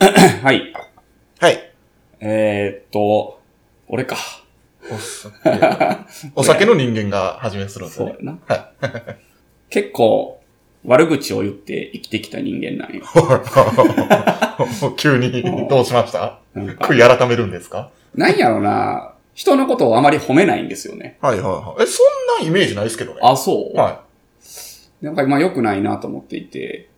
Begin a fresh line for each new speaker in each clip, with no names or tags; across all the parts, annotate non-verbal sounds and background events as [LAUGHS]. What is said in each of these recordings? はい。
はい。
えー、っと、俺か。
お酒。お酒の人間が始めするんです
そう
ね。
やな。
は
[LAUGHS] 結構、悪口を言って生きてきた人間なんよ。
[LAUGHS] 急に、どうしました
なんか
悔い改めるんですか
なんやろな、人のことをあまり褒めないんですよね。
はいはいはい。え、そんなイメージないですけどね。
あ、そう、
は
なんか今良くないなと思っていて。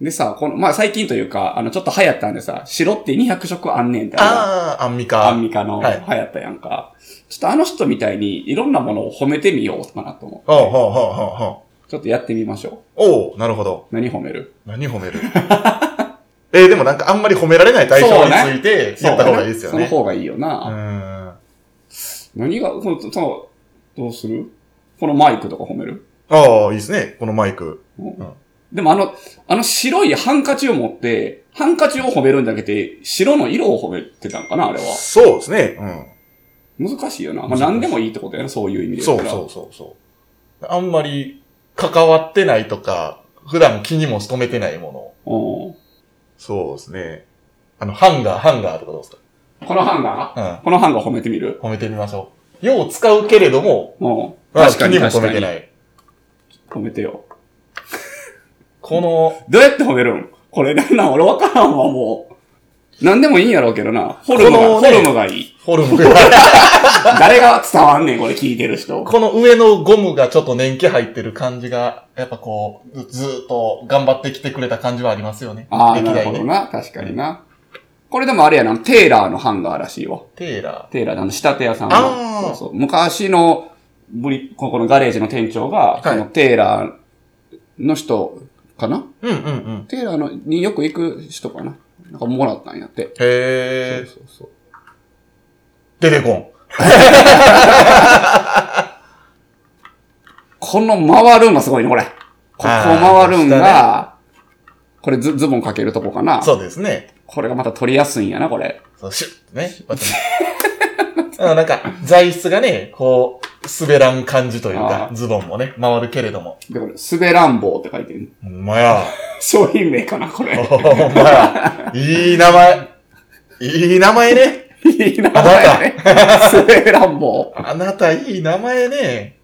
でさ、この、まあ、最近というか、あの、ちょっと流行ったんでさ、白って200色あんねんっ
い。
てあ
ああ、アンミ
の
カ。
アンミカの流
はい
行ったやんか、ちょっとあの人みたいにいろんなものを褒めてみようかなと思う。
ほうほうほうほうほう
ちょっとやってみましょ
おうなるほど。
う。何褒める
何褒める [LAUGHS] えーでもなんかあんまり褒められない対象について言った方がいいですよ
その
ね。
方がいいよ
う
な。
ーん。
何が、その、そのどうするこのマイクとか褒める
ああ、いいですね。このマイク。
でもあの、あの白いハンカチを持って、ハンカチを褒めるんだけで、白の色を褒めてたんかなあれは。
そうですね。うん。
難しいよな。ま
難
あ、
しい
何でもいいってことやな、そういう意味で言
そう
たら。
そうそうそう。あんまり関わってないとか、普段気にも努めてないもの。
うん。
そうですね。あの、ハンガー、ハンガーとかどうです
このハンガー
か
このハンガー褒めてみる
うん。褒めてみましょう。よう使うけれども、
うん。
まあ
確かに
気にも
確
留
か
めて
に。
ない。
褒めてよ。
この、
どうやって褒めるんこれなんなん俺わからんわ、もう。何でもいいんやろうけどな。フォルムが、
この
フ
ね
ォルムがいい。
フォルムが、 [LAUGHS]
誰が伝わんねん、これ聞いてる人。
この上のゴムがちょっと年季入ってる感じが、やっぱこう、ずずーっと頑張ってきてくれた感じはありますよね。
ああ、
歴
なる
代
ほど
ね。
な。確かにな。これでもあれやな、テーラーのハンガーらしいわ。
テーラ
テーラーのあの仕立て屋さん
あー
の。そうそう昔のブリ、ここのガレージの店長が、
い
そのテーラーの人かな
ー。うんうんうん。
テーラーのによく行く人かななんかもらったんやって。
へー。
そうそうそう。
出てこん。
この回るのすごいね、これ。ここ回るんが、これズズボンかけるとこかな
そうですね。
これがまた取りやすいんやな、これ。
そう、シュッとね。 [LAUGHS] あのなんか、材質がね、こう、滑らん感じという
あ
か
ー、
ズボンもね、回るけれども。
で、これ、滑らんぼうって書いてる。
ほんまや。 [LAUGHS]
商品名かな、これ。
ほんまや。いい名前。いい名前ね。
いい名前やね。 [LAUGHS] 滑らんぼ
あなた、いい名前ね。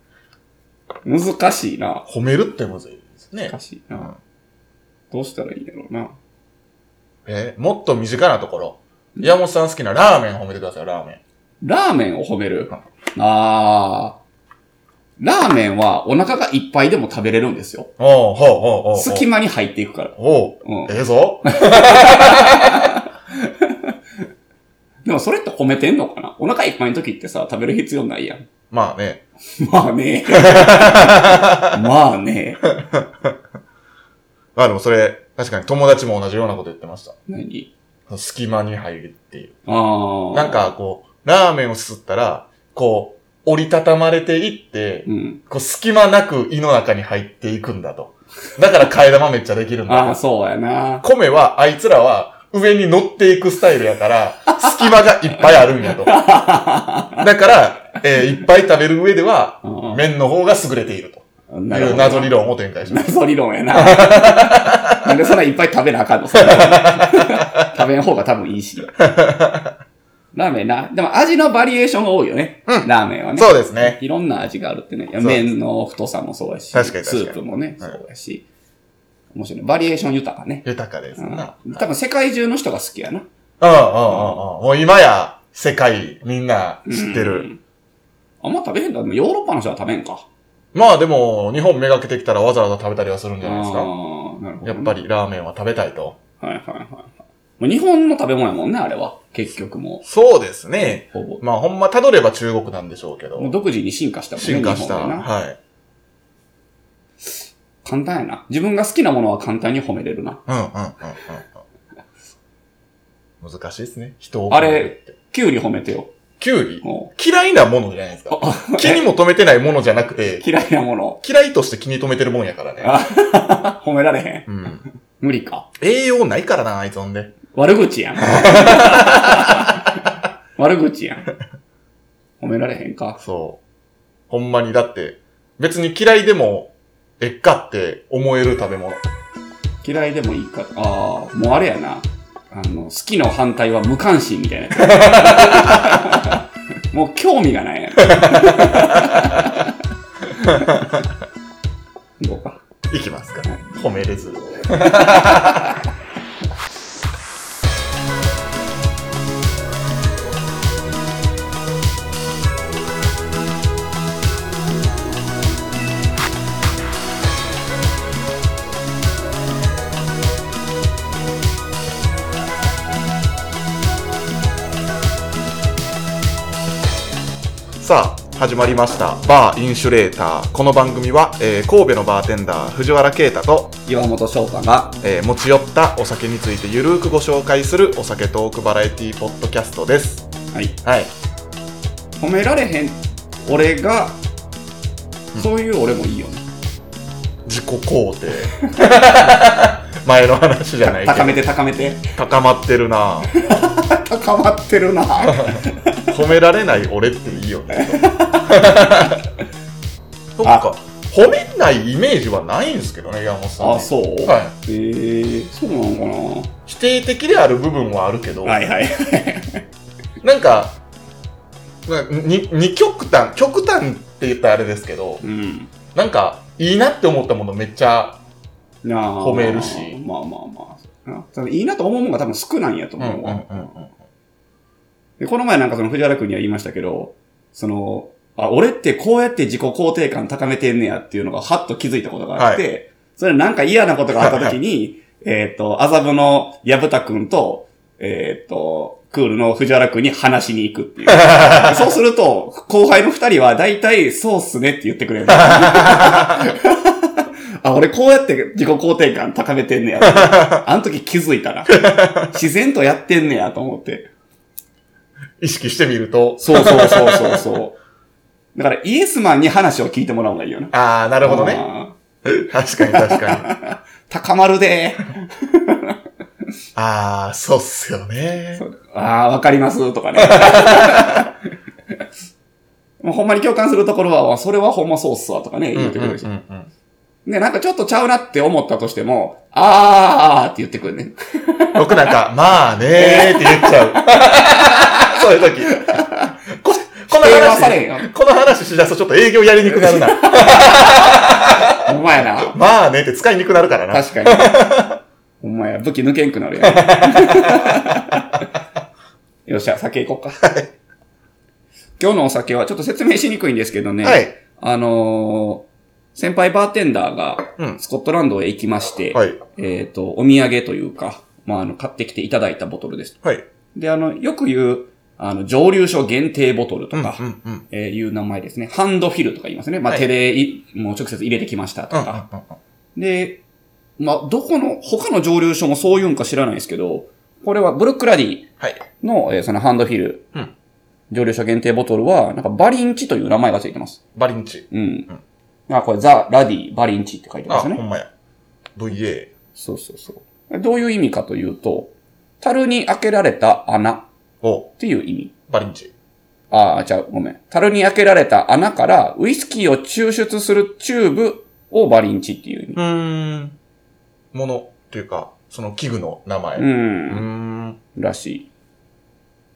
う。難しいな。
褒めるってむずいですね
難。しいな。どうしたらいいんやろうな。
えーもっと身近なところ。山本さん好きなラーメン褒めてください、ラーメン。
ラーメンを褒める
あ。
あー。ラーメンはお腹がいっぱいでも食べれるんですよ。
おうほうほうほう。
隙。間に入っていくから。
おう。
うん。
ええぞ。
でもそれって褒めてんのかなお腹いっぱいの時ってさ、食べる必要ないやん。 [LAUGHS]
まあね。
まあ
[LAUGHS]
ねまあね
まあでもそれ、確かに友達も同じようなこと言ってました。
何
隙間に入るっていう。
ああ。
なん、かこう、ラーメンをすすったら、こう、折りたたまれていって、
うん。
こう、隙間なく胃の中に入っていくんだと。だから替え玉めっちゃできるん
ああ、
だと。
そうやな。
米は、あいつらは、上に乗っていくスタイルやから、隙間がいっぱいあるんやと。だから、えーいっぱい食べる上では、
うん
麺の方が優れていると
ないるほ
う
ど
謎理論を展開します。
謎理論
[LAUGHS]
やな。なんでそんないっぱい食べなあかんのそれ
[LAUGHS]
食べん方が多分いいし。ラーメンな。でも味のバリエーションが多いよね。
うん
ラーメンはね。
そうですね。
いろんな味があるってね。いや
そうです
麺の太さもそうやし、
確かに確かに
スープもね、
はい
そうやし。面白いね。バリエーション豊かね。
豊かです
うん
な。
多分世界中の人が好きやな。
うんうんうんうん。もう今や、世界、みんな知って
う
る。
ん。あんま食べへんだ。でもヨーロッパの人は食べんか。
まあでも、日本めがけてきたらわざわざ食べたりはするんじゃないです
あ
か。
ーなるほど、
やっぱ。りラーメンは食べたいと。
はいはいはいはい。もう日本の食べ物やもんね、あれは。結局も
そうですね。
う。ほぼ。
まあほんまたどれば中国なんでしょうけ
もう
ど。
独自に進化したもんね。
進化した。
日本はな
はい。
簡単やな。自分が好きなものは簡単に褒めれるな。
うんうんうんうんうん。難しいですね。人を。
あれ。キュウリ褒めてよ。
キュウリ
も
嫌いなものじゃないですか。
う。
気にも留めてないものじゃなく [LAUGHS] て、
嫌いなもの。
嫌いとして気に留めてるもんやからね。
あ褒められへん。
うん。
無理か。
栄養ないからな、あいつほんで。
悪口
[LAUGHS]
やん。悪口やん。褒められへんか。
そう。ほんまに、だって、別に嫌いでも、えっかって思える食べ物。
嫌いでもいいか。ああ、もうあれやな。あの、好きの反対は無関心みたいなや
[LAUGHS]
つ。もう興味がないやん。どうか。
いきますか。褒めれず。 [LAUGHS] さあ始まりましたバーインシュレーターこの番組は、えー神戸のバーテンダー藤原啓太と、
岩本翔太が、
えー持ち寄ったお酒についてゆるーくご紹介するお酒トークバラエティポッドキャストです
はい。
はい
褒められへん俺が、そういう俺もいいよね。
自己肯定 [LAUGHS] 前の話じゃないけど
高めて高めて。 [LAUGHS]
高まってるな
高まってる
[LAUGHS]
な
褒められない俺っていいよ
[LAUGHS]
ねそっか褒めないイメージはないんですけどね山本さんね
あ、そう、
は
えー、そうなのか
否定的である部分はあるけど、
なはいはい。
なんか、まあに二極端、極端って言ったらあれですけど、
うん。
なんか、いいなって思ったものめっちゃ、
なあ
褒めるし
まあまあまあな。そのいいなと思うもんが多分少ないんやと思うわ。で、この前なんかその藤原くんには言いましたけど、その、あ、俺ってこうやって自己肯定感高めてんねやっていうのがハッと気づいたことがあって、それなんか嫌なことがあった時に、えっと、麻布の矢蓋くんと、えっ、と、クールの藤原くんに話しに行くっていう。そうすると、後輩の二人は大体そうっすねって言ってくれる。あ、俺こうやって自己肯定感高めてんねやって。あの時気づいたな。自然とやってんねやと思って。
意識してみると、
そうそうそうそうそう。 [LAUGHS] だからイエスマンに話を聞いてもらうのがいいよな。
ああ、なるほどね。
あ
確かに
[LAUGHS]
確かに。
ー。高まる
[LAUGHS]
でー。
ああ、そうっすよね。
ああ、わかりますとかね。 [LAUGHS] もうほんまに共感するところは、それはほんまそうっすわとかね、
うん
言
う
っ
ん
て
う
くれ
んう
るし。
ん
ね、なんかちょっとちゃうなって思ったとしても、あーあーって言ってくるね。 [LAUGHS]
僕なんか、まあねーって言っちゃ
[LAUGHS]
う。そういう時。こ、この
否定はされん
話、
よ。
この話しだすとちょっと営業やりにくくなるな。
[LAUGHS] ほんまやな。
まあねって使いにくくなるからな。
確かに。
[LAUGHS]
ほんまや、武器抜けんくなるやん。
[LAUGHS]
よっしゃ、酒行こうか。今日のお酒はちょっと説明しにくいんですけどね。
はい。
あのー先輩バーテンダー
う
が
ん
スコットランドへ行きまして、
はい。
えっ、と、お土産というか、まあ、あの、買ってきていただいたボトルです。
はい。
で、あの、よく言う、あの、蒸留所限定ボトルとか、
うんうんうん。
えーいう名前ですね。ハンドフィルとか言いますね。まあ、
はい
手でい、もう直接入れてきましたと
うんうん
か、で、まあ、どこの、他の蒸留所もそういうんか知らないですけど、これはブルックラディ
はい。
の、えーそのハンドフィル、
うん
蒸留所限定ボトルは、なんかバリンチという名前がついてます。
バリンチ。
うん。あ、これザ・ラディ・バリンチって書いて
あ、
ます
ほ
ね。
んまや。VA。
そうそうそう。どういう意味かというと、樽に開けられた穴っ
お、
ていう意味。
バリンチ。
ああ、じゃあごめん。樽に開けられた穴からウイスキーを抽出するチューブをバリンチっていう意味。
うん。ものっていうか、その器具の名前。
う
うんーん。
らしい。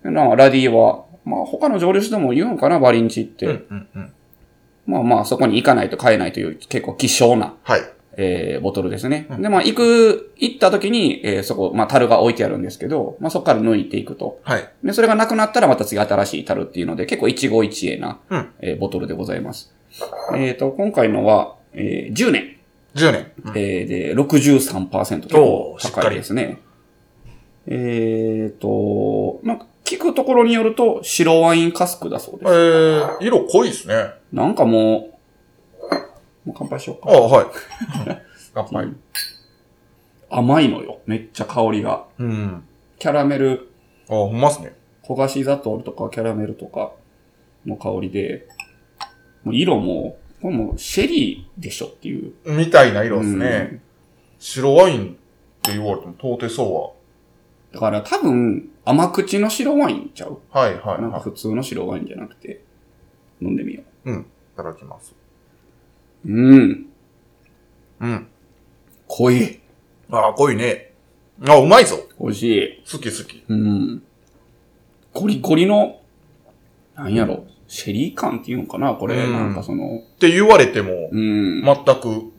なラディは、まあ他の蒸留所でも言うんかな、バリンチって。
うんうんうん。
まあまあそこに行かないと買えないという結構希少な、
はい。
えーボトルですね。
うん
でまあ行く、行った時に、えーそこ、まあ樽が置いてあるんですけど、まあそこから抜いていくと。
はい。
で、それがなくなったらまた次新しい樽っていうので、結構一期一会な、
うん
えーボトルでございます。えっ、と、今回のは、えー10年。
10年。うん
えー、で、63%結構
おーしっか
高い
り
ですね。えーと、なんか聞くところによると白ワインカスクだそう
え
です。
ー、色濃いですね。あ
なんかもう、もう乾杯しようか。
はい。
[LAUGHS]
乾
う。ん甘いのよ。めっちゃ香りが。
うん。
キャラメル、
あ、ほんまっすね。
焦がし砂糖とかキャラメルとかの香りで、もう色も、これもうシェリーでしょっていう。
みたいな色ですね。白ワインって言われても到底そ
うんだから多分甘口の白ワインちゃう
うは。はいはい
なんか
はい。
普通の白ワインじゃなくて、飲んでみよ
いただきます。
う。うん。
うん。
濃い。
あー、濃いね。あ、うまいぞ。
美味しい。
好き好き。
うん。コリコリの、なんやろ、シェリー感っていうのかなこれ、
うん
なんかその、
って言われても、
うん。
全く。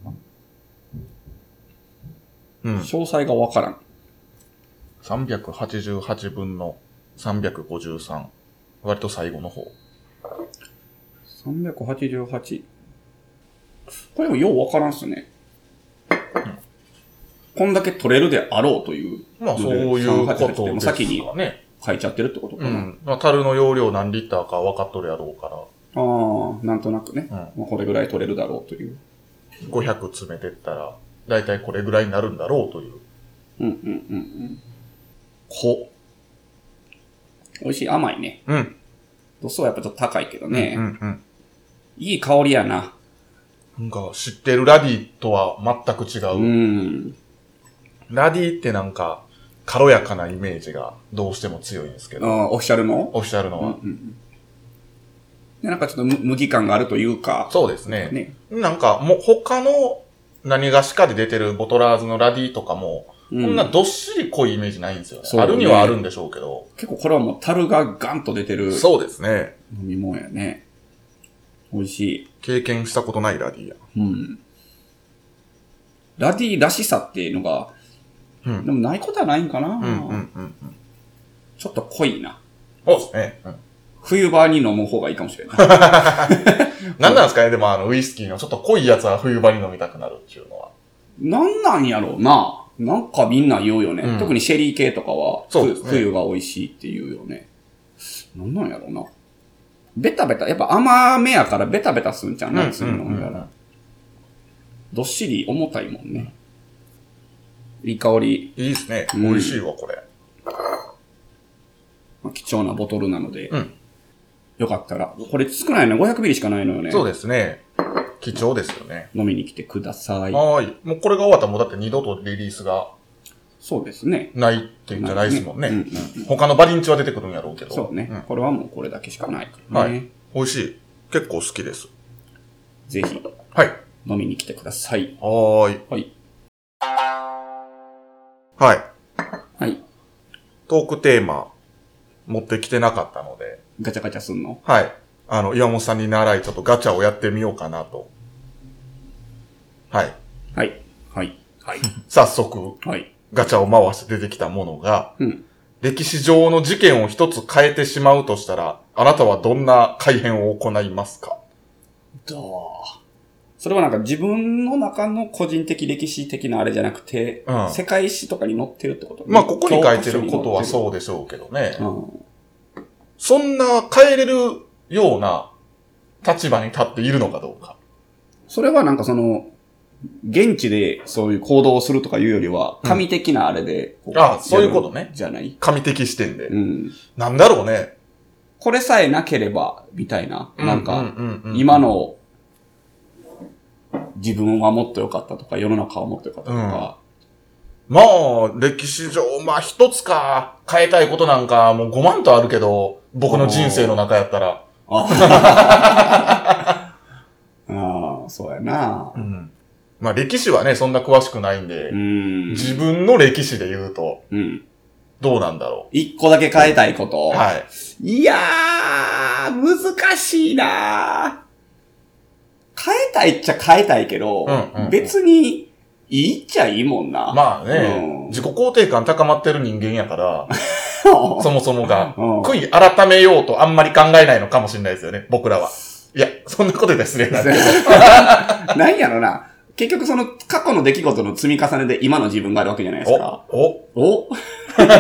うん。
詳細がわからん。
388分の353。割と最後の方。
388。これもようわからんっすね。こんだけ取れるであろうという、
まあ、そういうことです
388で
か
も
ね。
先に書いちゃってるってことか
う
な。
ん。まあ、樽の容量何リッターか分かっとるやろうか
ああ、なんとなくね。
うん
まあこれぐらい取れるだろうという。
ら、500詰めてったら、だいたいこれぐらいになるんだろうという。
うんうんうんうん。こ。美味しい、甘いね。
うん。
度数はやっぱちょっと高いけどね。
うんうん。
いい香りやな。
なんか、知ってるラディとは全く違
う
う。
ん。
ラディってなんか、軽やかなイメージがどうしても強いんですけ
あ
ど、
あ、オフィシャルの
オフィシャルの
うんう
は。
んうん。でなんかちょっとむ麦感があるというか。
そうですね。
ね。
なんか、もう他の何がしかで出てるボトラーズのラディとかも、
う
こんなどっしり濃いイメージないんですよね。
そう
あ
ね
るにはあるんでしょうけど。
結構これはもう樽がガンと出てる
そうですね。
飲み物やね。美味しい。
経験したことないラディや。
うん。ラディらしさっていうのが、
うん
でもないことはないんかな、
うんうんうんうん。
ちょっと濃いな。
そうですね。うん
冬場に飲む方がいいかもしれ
[LAUGHS]
ない。
なんなんですかねでもあの、ウイスキーのちょっと濃いやつは冬場に飲みたくなるっていうのは。
なんなんやろうな。なんかみんな言うよね。
うん
特にシェリー系とかは、
そうですね
ふ冬が美味しいって言うよね。なんなんやろうな。ベタベタ、やっぱ甘めやからベタベタすんじゃん、夏に飲んだら。どっしり重たいもんね。いい香り。
いいですね。
うん
美味しいわ、これ。
まあ貴重なボトルなので。
うん
よかったら。これ少ないね。500ミリしかないのよね。
そうですね。貴重ですよね。
飲みに来てください。
はーい。もうこれが終わったらもうだって二度とリリースが
そうですね。
ないっていうんじゃないですもんね。
うんうんうん
他のバリンチは出てくるんやろうけど。
そうね、
ん
これはもうこれだけしかないから
は
ね。
い。美味しい。結構好きです。
ぜひ
はい。
飲みに来てください。
はーい。
はい。
はい。
はい。
トークテーマ、持ってきてなかったので、
ガチャガチャすんの
はい。あの、岩本さんに習い、ちょっとガチャをやってみようかなと。はい。
はい。はい。
[LAUGHS]
はい。
早速、
はい。
ガチャを回して出てきたものが、
うん。
歴史上の事件を一つ変えてしまうとしたら、あなたはどんな改変を行いますか
どうそれはなんか自分の中の個人的歴史的なあれじゃなくて、
うん
世界史とかに載ってるってこと
まあ、ここに書いてることはそうでしょうけどね
う。ん。
そんな変えれるような立場に立っているのかどうか。
それはなんかその、現地でそういう行動をするとかいうよりは、
うん
神的なあれでこう、
あそういうことね
やるんじゃない
神的視点で。
うん。
なんだろうね。
これさえなければ、みたいな。なんか、
うううんうん
今。の自分はもっと良かったとか、世の中はもっと良かったとか、
まあ、歴史上、まあ一つか、変えたいことなんか、もう5万とあるけど、僕の人生の中やったら。
[LAUGHS] ああ、そうやな
う。ん。まあ歴史はね、そんな詳しくないんで
う、ん。
自分の歴史で言うと、
うん。
どうなんだろ
一個だけ変えたいこ
う。
と。
はい。
いやー、難しいなー変えたいっちゃ変えたいけど、
うんうんうん
別にいいっちゃいいもんな。
まあね
う、ん
自己肯定感高まってる人間や [LAUGHS] から、そもそもが。
うん
悔い改めようとあんまり考えないのかもしれないですよね、僕らは。いや、そんなことで失礼なんで。
[LAUGHS] なんやろな。結局その過去の出来事の積み重ねで今の自分があるわけじゃないですか。
お、
お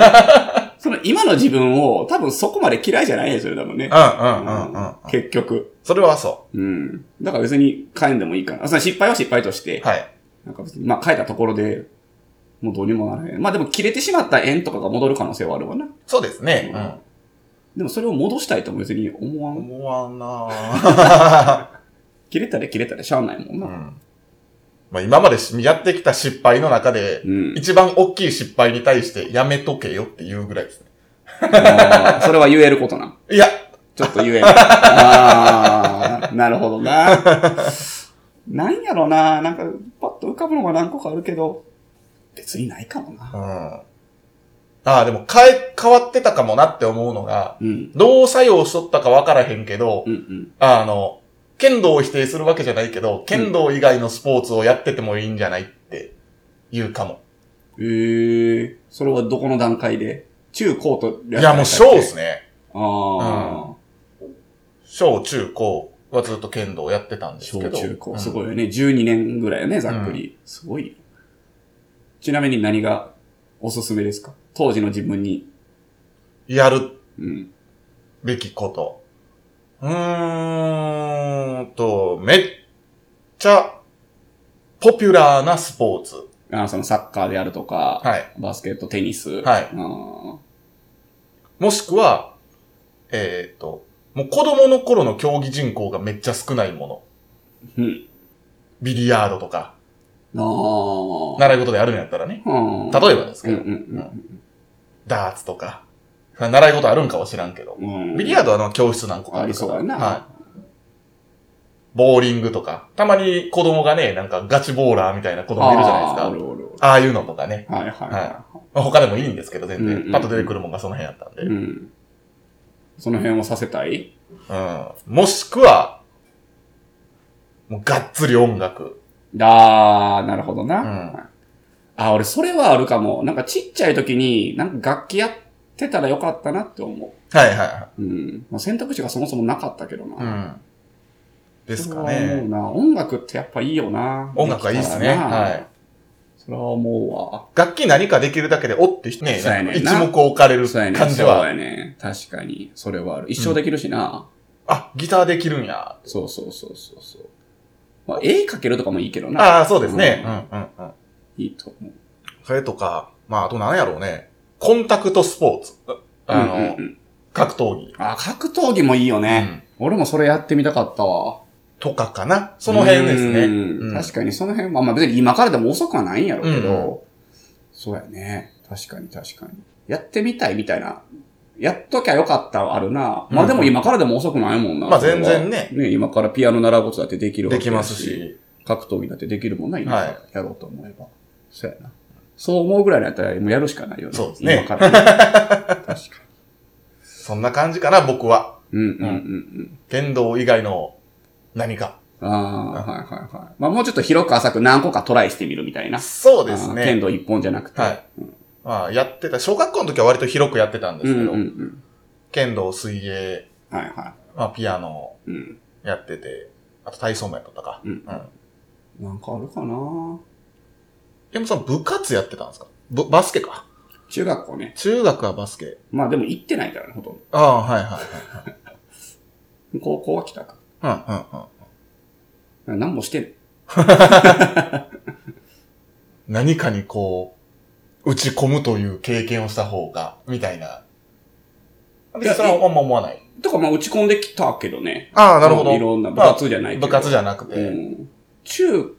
[LAUGHS] その今の自分を多分そこまで嫌いじゃないですよ、多分ね
うんう。んうんうん。
結局。
それはそ
うん。だから別に変えんでもいいから。その失敗は失敗として
う。。はい。
なんか別に、まあ変えたところで、もうどうにもならへん。まあでも切れてしまった縁とかが戻る可能性はあるわな。
そうですね。
う
うんん。
でもそれを戻したいとも別に思わん。
思わんなぁ。
切れたら切れたらしゃあないもん
[LAUGHS] う
な。
ん。まあ今までしやってきた失敗の中で、
うん。
一番大きい失敗に対してやめとけよっていうぐらいですね。
あーそれは言えることなん。
いや、
ちょっと
[LAUGHS]
言える。ああ、なるほどな。なんやろな。なんか、パッと浮かぶのが何個かあるけど、別にないかもな。
うん。ああ、でも変え、変わってたかもなって思うのが、
うん。
どう作用しとったかわからへんけど、
うんうん。
あの、剣道を否定するわけじゃないけど、剣道以外のスポーツをやっててもいいんじゃないって言うかも。
ええそれはどこの段階で中高と
いや、もう小です
ね。
ね。
ああ、
小、中、高はずっと剣道をやってたんです
小
けど。
中
う
高。
ん
すごいよね。12年ぐらいよね、ざっくり。すごいよ。ちなみに何がおすすめですか当時の自分に。
やる
うん。
べきこと。うーんと、めっちゃ、ポピュラーなスポーツ。
あの、そのサッカーであるとか、
はい。
バスケット、テニス。
はい
あー
もしくは、えっ、と、もう子供の頃の競技人口がめっちゃ少ないもの。
うん。
ビリヤードとか、
あー。
習い事であるんやったらね。
うん
例えばですけ
うんう
ど、
ん
ダーツとか、習い事あるんかは知らんけど、
うん。うん
ビリヤードはあの教室何個か
あ
ある
り
か
そう
ら。
やな。
はい。ボーリングとか、たまに子供がね、なんかガチボーラーみたいな子供いるじゃないです
あーお
か。
るおるおる
ああいうのとかね。
はいはいは
まあ他でもいいんですけど、全
うんうんう
然。
ん
パッと出てくるもんがその辺やったんで。
い。うん。その辺をさせたい
うん。もしくは、もうがっつり音楽。
あー、なるほどな。
うん
あ、俺それはあるかも。なんかちっちゃい時に、なんか楽器やってたらよかったなって思
はいはいは
う。うん。まあ、選択肢がそもそもなかったけどな。
い。うん。ですか
それは思う
ね。
な。音楽ってやっぱいいよな。
音楽はいいっすね
できたらな
はい。
それは思
楽器何かできるだけで、おってね、
そうや
なん
ね
か
ん
一
な
目置かれ
う
る
わ。そうやね。
感じ
そう
は。
やね。確かに。それはある。一生できるしな。
あ、ギターできるんや。
そうそうそうそうそう。まあ、絵描けるとかもいいけどな。
ああ、そうですね。うんうんうん。
いいと思う。
それとか、まあ、あと何やろうね。コンタクトスポーツ。あの、
うんうんうん
格闘技。
あ、格闘技もいいよね。俺もそれやってみたかったわ。
とかかな。その辺ですね。
うん
うん
確かにその辺は、まあ別に今からでも遅くはないんやろうけど、
うんう
そうやね。確かに確かに。やってみたいみたいな。やっときゃよかったはあるな。ま
う
あ
ん
でも今からでも遅くないもんな。
まあ
それは
全然ね
ね、今からピアノ習うことだってできるわけ
で
だ
きます。し。
格闘技だってできるもんな、今
はい
やろうと思えば。そうやな。そう思うぐらいだったらもうやるしかないよね。
そうですね
今
[LAUGHS]
から、確か
そんな感じかな、僕は。
に。うんうんうんうん。
剣道以外の何か。
ああ、はいはいはい。まあもうちょっと広く浅く何個かトライしてみるみたいな。
そうです
あー剣
ね。
道一本じゃなくて。
はい。まあ、やってた。小学校の時は割と広くやってたんで
う
す
ん
け
うん
ど、
うん。
剣道、水泳、
はいは
まあ、ピアノ
い。うん。
やってて、あと体操もやっとったか。
うんなんかあるかな
でもその部活やってたんですかぶバスケか。
中学校ね。
中学はバスケ。
まあでも行ってないからね、ほとん
ああ、はいはい
ど。高校は来たか。
はい。うんうんうん。
何もしてない。
何かにこう、打ち込むという経験をした方が、みたいな。別にそれはあんま思わない。
とかまあ打ち込んできたけどね。
ああ、
いろんな部活じゃないけど。
部活じゃなく
う
て。
ん。中学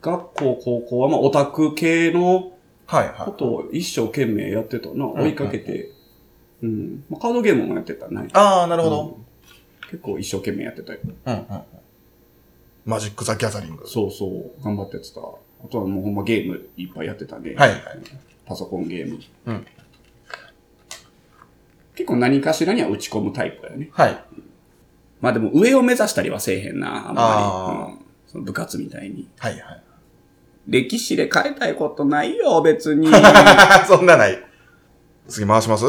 校、高校はまあオタク系の
はい
こ
は
とを一生懸命やってたな。
ん
追いかけて。うん。まあカードゲームもやってたな。
い。ああ、なるほ
う
ど。
ん結構一生懸命やってたよ。
うんうんうん。マジック・ザ・ギャザリング。
そうそう、頑張ってやってた。あとはもうほんまゲームいっぱいやってたね。
はいはい。
パソコンゲーム。
うん
結構何かしらには打ち込むタイプだよね。
はい。
まあでも上を目指したりはせえへんな、あんま
あ
り。うんその部活みたいに。
はいはい。
歴史で変えたいことないよ、別
[LAUGHS]
に。
あ
だ
ははそんなない。次回します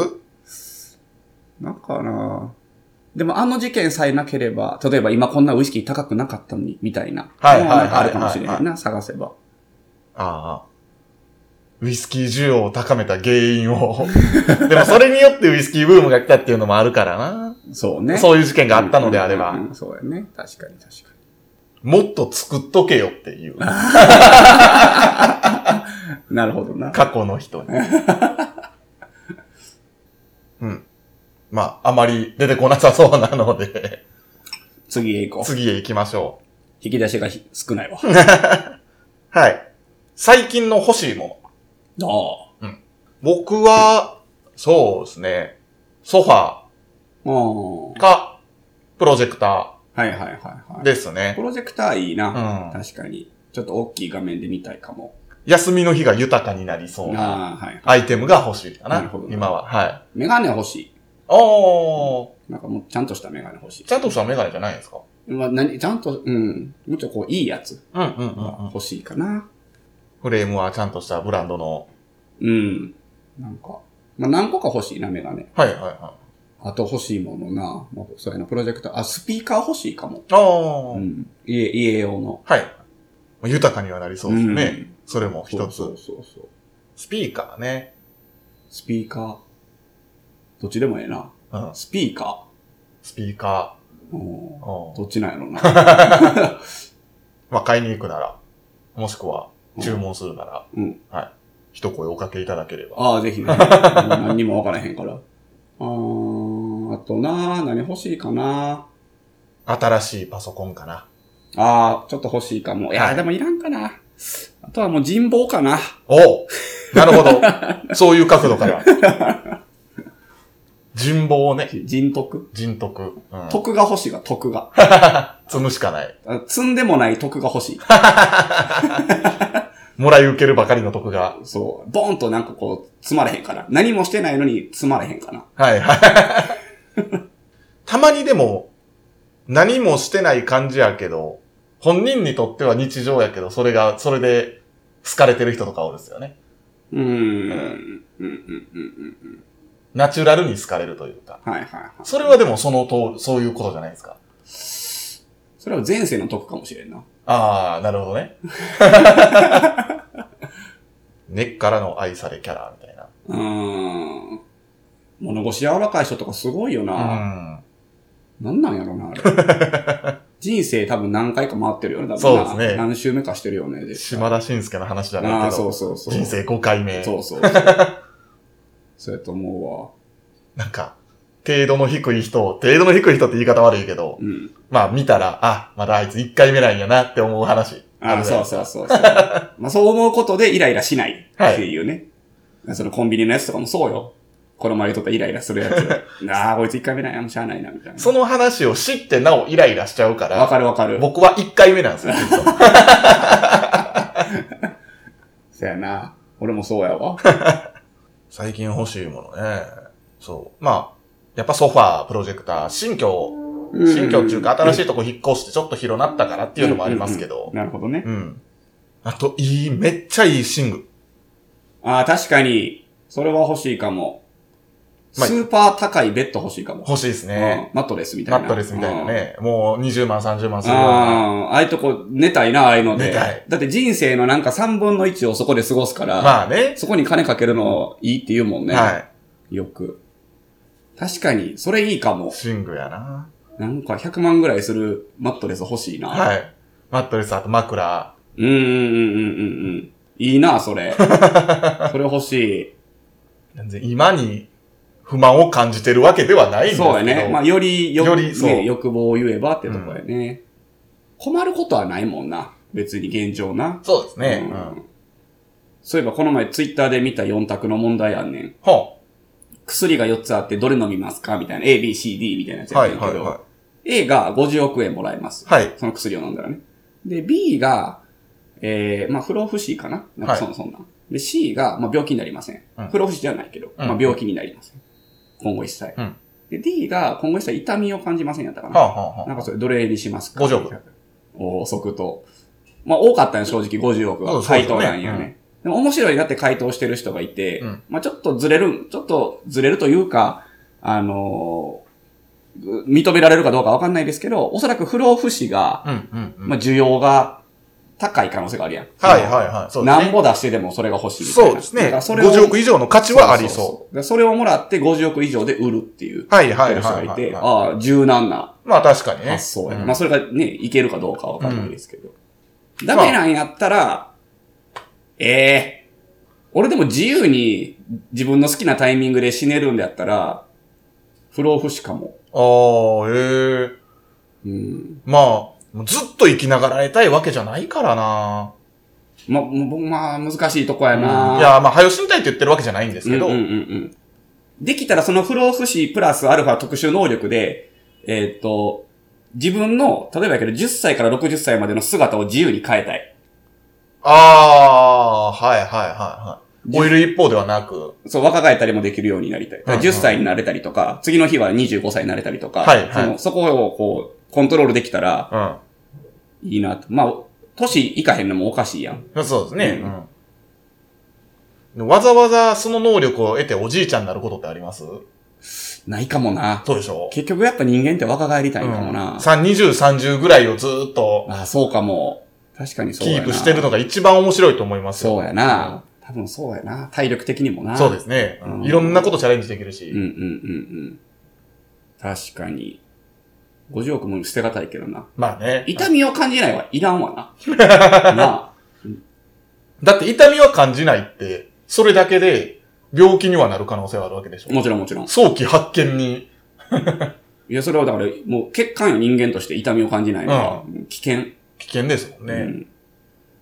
から、でもあの事件さえなければ、例えば今こんなウイスキー高くなかったのに、みたいな。
はいはいはい
なんかあるかもしれへ
は
ん
い
な、探せば。
ああ。ウイスキー需要を高めた原因を。でもそれによってウイスキーブームが来たっていうのもあるからな。
そうね。
そういう事件があったのであれ
うんうん
ば、
うんそうやね。確かに確かに。
もっと作っとけよっていう、
なるほどな。
過去の人に。 [LAUGHS] うん。まあ、あまり出てこなさそうなので、
次へ行こう。
次へ行きましょ
引き出しがひ少ないわ。
う。はい。最近の欲しいもの。
ああ。
僕は、そうですね、ソファ
うん。
ーか、プロジェクタ
はいはいはいは
ー
い。
ですね
プ。ロジェクターいいな。
うん
確かに。ちょっと大きい画面で見たいかも。
休みの日が豊かになりそうな
ああ、はい。
アイテムが欲しいかな。
なるほど
今は。はい。
メガネ欲しい。
おー、
なんかもうちゃんとしたメガネ欲し
ちゃんとしたメガネじゃないんですか
い。まあ、何、ちゃんと、うん。もうちょっとこう、いいやつ
うんうんう
が。欲しいかな。
フレームはちゃんとしたブランドの。
うん。なんか、まあ、何個か欲しいな、メガネ。
はいはいはい。
あと欲しいものな。まあ、そうやな、プロジェクター。あ、スピーカー欲しいかも。
あー。
うん。家、家用の。
はい。まあ豊かにはなりそうですね。
うん
それも一
そ
つ
う。そうそう。
スピーカーね。
スピーカー。どっちでもええな。
うん。
スピーカ
スピーカ
ー。うん
ー。うん。
どっちなんやろな。
まあ、買いに行くなら、もしくは、注文するなら、
うん。
はい。一声おかけいただければ。
ああ、ぜひね。もう何にもわからへんから。あー、あとな何欲しいかな
新しいパソコンかな。
あー、ちょっと欲しいかも。い
は
や、
い
でもいらんかな。あとはもう人望かな。
おうなるほ
[LAUGHS]
ど。そういう角度から。人望ね。
人徳。
人徳。うん。
徳が欲しいが、徳が。
積むしかない。
あ積んでもない徳が欲しい。
もらい受けるばかりの徳が。
そう。ボーンとなんかこう、積まれへんから。何もしてないのに積まれへんかな。
はいはい。 [LAUGHS] たまにでも、何もしてない感じやけど、本人にとっては日常やけど、それが、それで、好かれてる人とかおるんですよね。
うーん。うんうんうんうんうん。
ナチュラルに好かれるというか。
はいはいはい。
それはでもそのとそういうことじゃないですか。
それは前世の徳かもしれんな。
ああ、なるほどね。 [LAUGHS] 根っからの愛されキャラみたいう
ーん。物腰柔らかい人とかすごいよな。
な。
なんなんやろな、あれ。
[LAUGHS]
人生多分何回か回ってるよね、多分な
そうですね
何周目かしてるよね、
うん。
で
島田紳介の話じゃ
あ
ない
あ、
け
そ
ど、
うそうそう。
人生5回目。
そうそう
[LAUGHS]
そう。そうやと思
なんか、程度の低い人を、程度の低い人って言い方悪いけど
うわ。、うん。
まあ見たら、あ、まだあいつ1回目なんやなって思う話。
ああ、
るじゃ
そう
ないです
そ
か
うそうそう。 [LAUGHS] まあそう思うことでイライラしないっていうね。そのコンビニのやつとかもそうよ。この前言っとったイライラするやつ。ああ、こいつ一回目なんや、もうしゃあないな、みたい
その話を知ってなおイライラしちゃうか
な。わ
ら、
かるわかる。
僕は1回目なんで
[LAUGHS]
すよ。実は
そやな。俺もそうやわ。
最近欲しいものね。そう。まあ、やっぱソファー、プロジェクター、新居新居っていうか、新しいとこ引っ越してちょっと広なったからっていうのもありますけど。
なるほどね。
うん。あと、いい、めっちゃいい寝具。
ああ、確かに、それは欲しいかも。
まあ
スーパー高いベッド欲しいかも。
欲しいですね。
うんマットレスみた
マ
いな。
ットレスみたいなね。もう20万、30万
うん。
するような。
ああ、ああいうとこ寝たいな、ああいうので。
寝たい
だって人生のなんか3分の1をそこで過ごすから、
まあね。
そこに金かけるのいいって言うもんね。
はい。
よく。確かに、それいいかも。
寝具やな。
なんか100万ぐらいするマットレス欲しいな。い。
はい。マットレス、あと枕。
うんうんうんうんうんうん。いいな、そ
[LAUGHS]
れ。それ欲しい。
全然今に不満を感じてるわけではないんですけど。
そうやね。まあ、より、よ
よりそう
ね、欲望を言えばってとこやね、困ることはないもんな。別に現状な。
そうですね。
う
うんん。
そういえば、この前ツイッターで見た4択の問題あんねん。
ほ
薬が4つあってどれ飲みますかみたいな。A, B, C, D みたいなやつ
う。
やっ
は
て
い、
んけど、
はい、は
A が50億円もらえます。
い。はい。
その薬を飲んだらね。で、B が、えー、まあ、不老不死かななんかそ,、そんなん。で、C が、まあ、病気になりません。
うん
不老不死じゃないけど、
うん
まあ、病気になりません。今後一切。
うん
で、D が、今後一切痛みを感じませんやったか
はあ、
な。
はあ、はあ
なんかそれ、どれにしますか
50億。
おお、即答。まあ、多かったね、正直、50億
そう
は。
そう
回
ですよ
答
ね
なんよね。でも面白いなって回答してる人がいて、
うん
まあちょっとずれる、ちょっとずれるというか、あのー認められるかどうかわかんないですけど、おそらく不老不死が、
うん、うん、うん。
まあ、需要が高い可能性があるやん。
はい、はい、はい。そうですね
何ぼ出してでもそれが欲しいみたいな。
そうですね。
だからそれを
50億以上の価値はあ
そう
りそ
そうそうだからそれをもらって50億以上で売るっていう
う。はいはい
人
はいはい
が
はいい、
て、ああ、柔軟な
まあ確かにね。
発想やな。
うん
まあ、それがね、いけるかどうかはわかんないですけど。ダメなんやったら、ええ俺でも自由に自分の好きなタイミングで死ねるんだったら、不老不死かも。
ああ、ええ
うん。
まあ、もうずっと生きながら得たいわけじゃないからな。
ま、もうまあ、難しいとこやな、
いや、まあ、早死にたいって言ってるわけじゃないんですけど、
うんうんうんうん。できたらその不老不死プラスアルファ特殊能力で、えーっと、自分の、例えばやけど10歳から60歳までの姿を自由に変えたい。
ああー、はいはいはいはい。老いる一方ではなく、
そう、若返ったりもできるようになりたい。だから
うんうん
10歳になれたりとか、次の日は25歳になれたりとか、
はいはい
そのそこをこう、コントロールできたら
うん。
いいなと。まあ、歳いかへんのもおかしいやん。
そうですね、
うん
うんわざわざその能力を得ておじいちゃんになることってあります
ないかもな。
そうでしょ
結局やっぱ人間って若返りたいんかもな。
三20、30ぐらいをずーっと
ああ、そうかも。確かにそう
キ
やな。
ープしてるのが一番面白いと思いますよ。
そうやな。多分そうやな。体力的にもな。
そうですね、
うん
いろんなことチャレンジできるし。
うんうんうんうん。確かに。50億も捨てがたいけどな。
まあね。
痛みを感じないはいらんわな。 [LAUGHS] な
だって痛みは感じないって、それだけで病気にはなる可能性はあるわけでし
あ
ょ。
もちろんもちろん。
早期発見に、
いや、それはだから、もう欠陥よ人間として痛みを感じないのは、危険。
危険ですもんね。
うん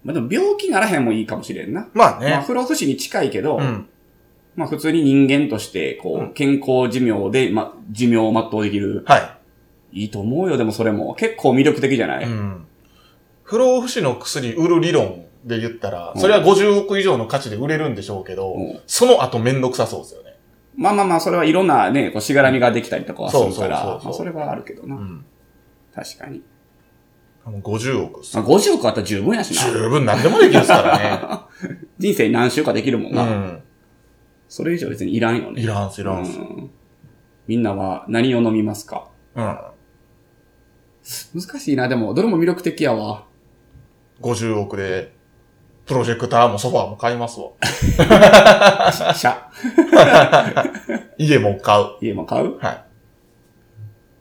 まあでも病気ならへんもいいかもしれんな。
まあ
まあ
ね。
不老不死に近いけど、
うん。
まあ普通に人間として、こう、
うん
健康寿命で、まあ寿命を全うできる。
はい
いいと思うよ、でもそれも。結構魅力的じゃない、。
うん。不老不死の薬売る理論で言ったら、
うん
それは50億以上の価値で売れるんでしょうけど、
うん
その後めんどくさそうですよね。
まあまあまあ、それはいろんなね、こうしがらみができたりとかはするから、
そうそうそうそう
まあそれはあるけど
う
な。
ん。
確かに。
あの50億っす
まあ、50億あったら十分やし
十
な。
分何でもできま
[LAUGHS]
すから
人生何週かできるもんな。
ね。
それ以上別にいらんよ
うん。
ね。
いらんす、いらんす。
うんみんなは何を飲みますか
うん。
難しいな、でも、どれも魅力的や
[LAUGHS]
わ。
50億で、プロジェクターもソファーも買いますわ。
シャ。
家も買う。
家も買う
はい。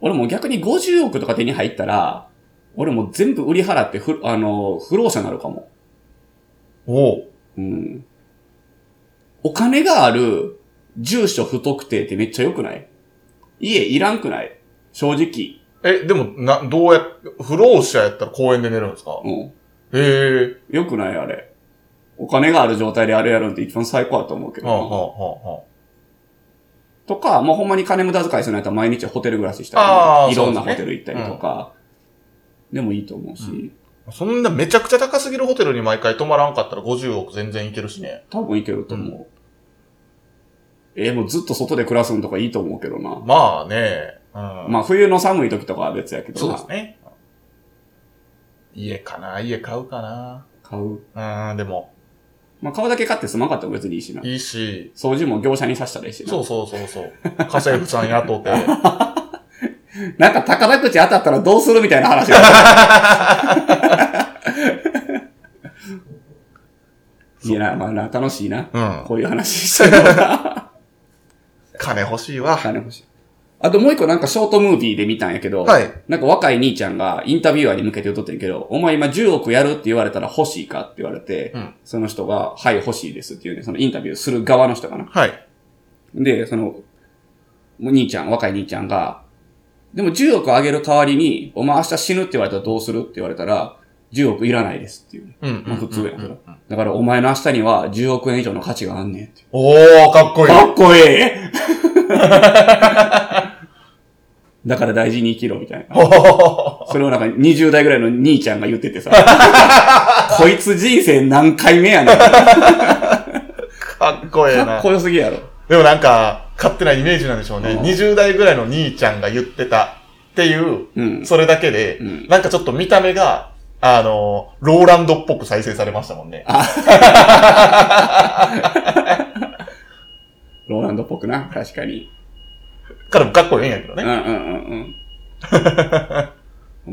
俺も逆に50億とか手に入ったら、俺も全部売り払ってふ、あの、不老者になるかも。
おう
うん。お金がある住所不特定ってめっちゃ良くない家いらんくない正直。
え、でも、な、どうや、不老者やったら公園で寝るんですか
うん。
へえ。
良くないあれ。お金がある状態であれやるんって一番最高だと思うけど
はあ、
な。
はあ、は
とか、もうほんまに金無駄遣いするんやったら毎日ホテル暮らしした
あー
り、いろんな
そうで
ホ
す
テ
ね
ル行ったりとか、でもいいと思うし、
うあ。そんなめちゃくちゃ高すぎるホテルに毎回泊まらんかったら50億全然いけるしね。
多分いけると思う。えーもうずっと外で暮らすんとかいいと思うけどな。
まあね。うん。
まあ冬の寒い時とかは別やけど
そう
な。
ですね。家かな家買うか
買う。
なうん、でも、
まあ買うだけ買ってすまんかったら別にいいしな。
いいし、
掃除も業者にさしたらいいしな。
そうそうそうそう。家政婦さん雇って。
なんか宝くじ当たったらどうするみたいな
[LAUGHS]
話が。いやな、まあな、楽しいな。
うん。
こういう話してるのが
金欲しいわ。
金欲しい。あともう一個なんかショートムービーで見たんやけど、
はい。
なんか若い兄ちゃんがインタビュアーに向けて歌ってるけど、お前今10億やるって言われたら欲しいかって言われて、
うん
その人が、はい欲しいですっていうね、そのインタビューする側の人かな。
はい。
で、その、もう兄ちゃん、若い兄ちゃんが、でも10億あげる代わりに、お前明日死ぬって言われたらどうするって言われたら、10億いらないですっていう。
うんうん。
まあ普通や
うん
か
う
ら
ん。
だからお前の明日には10億円以上の価値があんねんって。
おー、かっこいい。 [LAUGHS]
かっこいい [LAUGHS] だから大事に生きろみたいな。
お
それをなんか20代ぐらいの兄ちゃんが言ってて [LAUGHS] さ、こいつ人生何回目やねん。か
ーかっこええ
っ [LAUGHS]
な。
こよすぎやろ。
でもなんか、勝手なイメージなんでしょうね。
うん
20代ぐらいの兄ちゃんが言ってたっていう、
うん。
それだけで、
うん
なんかちょっと見た目が、あの、ローランドっぽく再生されましたもんね。
ローランドっぽくな、確かに。
彼もかっこいいんやけど
うん
ね。
うんうん
[LAUGHS]
うん。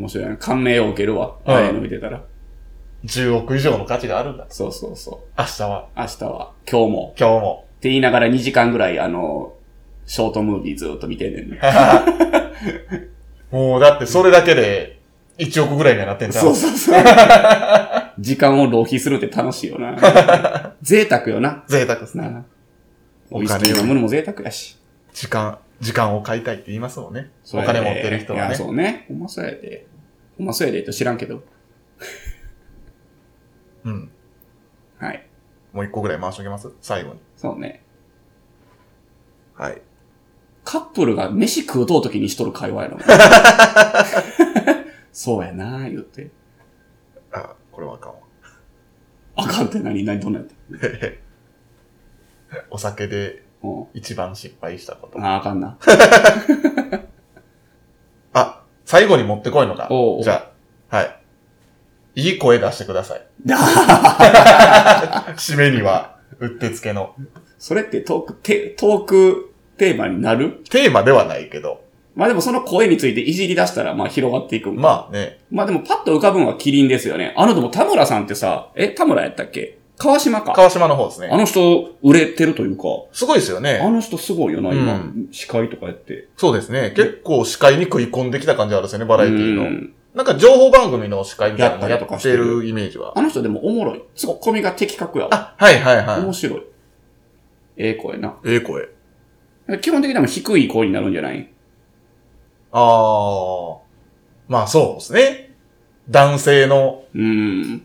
面白いな。感銘を受けるわ。
うん
ああいうの見てたら。
10億以上の価値があるんだ。
そうそうそう。
明日は、
明日は、今日も。
今日も。 [LAUGHS]
って言いながら2時間ぐらい、あの、ショートムービーずっと見てんねんね。
もうだってそれだけで、1億ぐらいにはなってんじゃん。
そうそう
[LAUGHS]
そう。時間を浪費するって楽しいよな。贅沢よな。
贅沢ですね。
な
お
お
金を
金を飲むのも贅沢やし。
時間、時間を買いたいって言いますもんね。
そ
お
うやで
金持ってる人はい
や、
ね。
そうね。ほんまそうやで。ほんまそうやでと知らんけど。
うん。
はい。
もう一個ぐらい回しときます最後に。
そうね。
はい。
カップルが飯食うとうときにしとる会話やろ。
[LAUGHS]
そうやな言って。
あ、これはあかんわ。
あかんって何何どんなんやって。
お酒で
う
一番失敗したこと
ん。。あ、あかんな。
あ、最後に持ってこいのか
おうお。う
じゃあ、はい。いい声出してください。締めには、うってつけの。
それってトーク、テトークテーマになる
テーマではないけど。
まあでもその声についていじり出したら、まあ広がっていく。ま、
まあね。
あでもパッと浮かぶのはキリンですよね。あのでも田村さんってさ、え、田村やったっけ川島か。
川島の方です
あ
ね。
の人、売れてるというか、
すごいですよ
あ
ね。
の人すごいよな、今。
う
司会とかやって。
そうですね。結構司会に食い込んできた感じあるんですよね、バラエティー
う
の。
ん
なんか情報番組の司会みたいなの
や
や
ったりとか
っ
して
て
る
るイメージは。
あの人でもおもろい。ツッコミが的確やわ。
あ、はいはいは
面
い。
白い。ええ声な。
ええ声。
基本的には低い声になるんじゃない
ああ。まあそうですね。男性の
うん。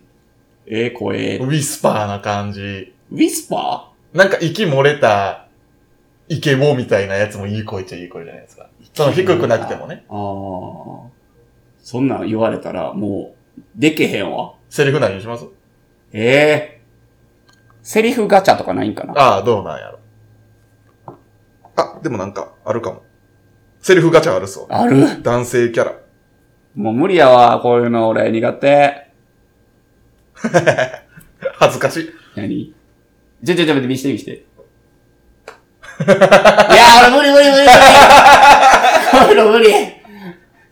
ええ
ウ
声。
ィスパーな感じ。
ウィスパ
なんか息漏れた、イケボみたいなやつもいい声っちゃいい声じゃないですか。その低くなくてもね。
ーああ。そんなん言われたら、もう、でけへんわ。
セリフ何にします
ええセリフガチャとかないんかな
ああ、どうなんやろ。あ、でもなんか、あるかも。セリフガチャあるそう。
ある
男性キャラ。
もう無理やわ、こういうの俺苦手。
恥ずかしい。
何ちょちょちょ、見して見
[LAUGHS]
して。いやー、俺無理無理無理 [LAUGHS] 無理こういうの無理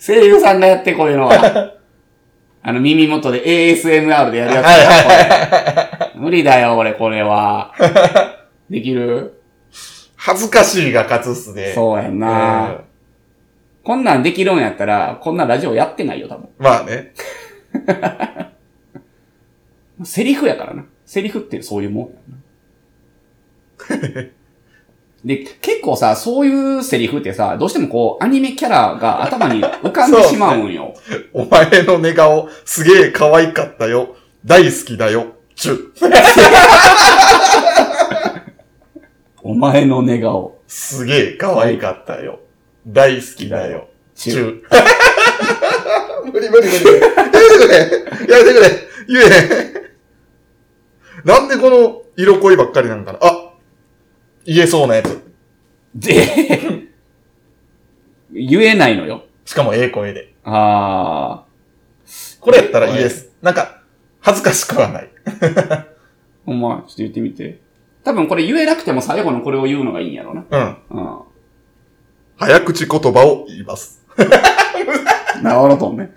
声優さんがやって、こういうのは。あの、耳元で ASMR でやるやつ
はいはい
これ無理だよ、俺、これ
[LAUGHS]
は。できる
恥ずかしいが勝つっすね。う
そうやん
ん。
な、こんなんできるんやったら、こんなラジオやってないよ、多分。
まあね。
セリフやからな。セリフってそういうもんやな。 [LAUGHS] で、結構さ、そういうセリフってさ、どうしてもこう、アニメキャラが頭に浮かんでしまうんよ。
お前の寝顔、すげえ可愛かったよ。大好きだよ。チュ。
お前の寝顔。
すげえ可愛かったよ。大好きだよ。
ちゅ
中。 [LAUGHS] 無理無理無理無理。やめてくれやめてくれ言えへん。なんでこの色恋ばっかりなんかなあ言えそうなやつ。
で、言えないのよ。
しかもええ声で。
あ
これやったら言えす。なんか、恥ずかしくはない。
ー。ほんま、ちょっと言ってみて。多分これ言えなくても最後のこれを言うのがいいんやろな。
うん。
う
早口言葉を言います。
ん。なるほど [LAUGHS] ね。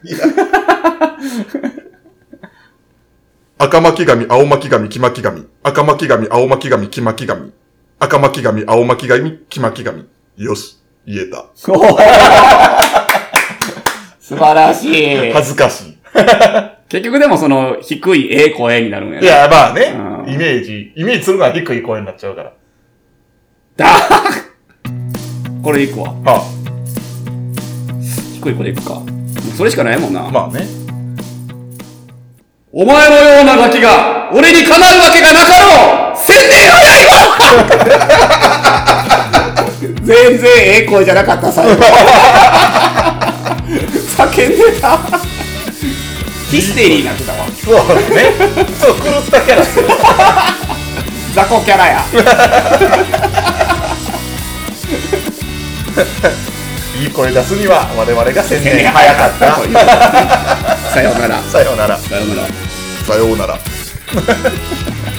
赤巻紙、青巻紙、黄巻紙。赤巻紙、青巻紙、黄巻紙。赤巻紙、青巻紙、黄巻紙。よし、言えた。
おー素晴らしい。
恥ずかしい。
結局でもその、低いええ声になるんや
い
ね。
や、まあ
うん
ね、イメージ、イメージするのは低い声になっちゃうから。
だこれでいくわ。
ま
低いこれいくか。それしかないもんな。
あ、まあね。
お前のようなガキが、俺にかなうわけがなかろう宣伝をないよ全然ええ声じゃなかった、最後。叫んでた。ヒステリーになってたわ。
そうですね。そう、狂ったキャラ。
雑魚キャラ [LAUGHS] や。
いい声出すには、我々が宣
全
伝
然
[LAUGHS] 早かった。
[LAUGHS] さようなら。
さようなら。
さようなら。
さようなら。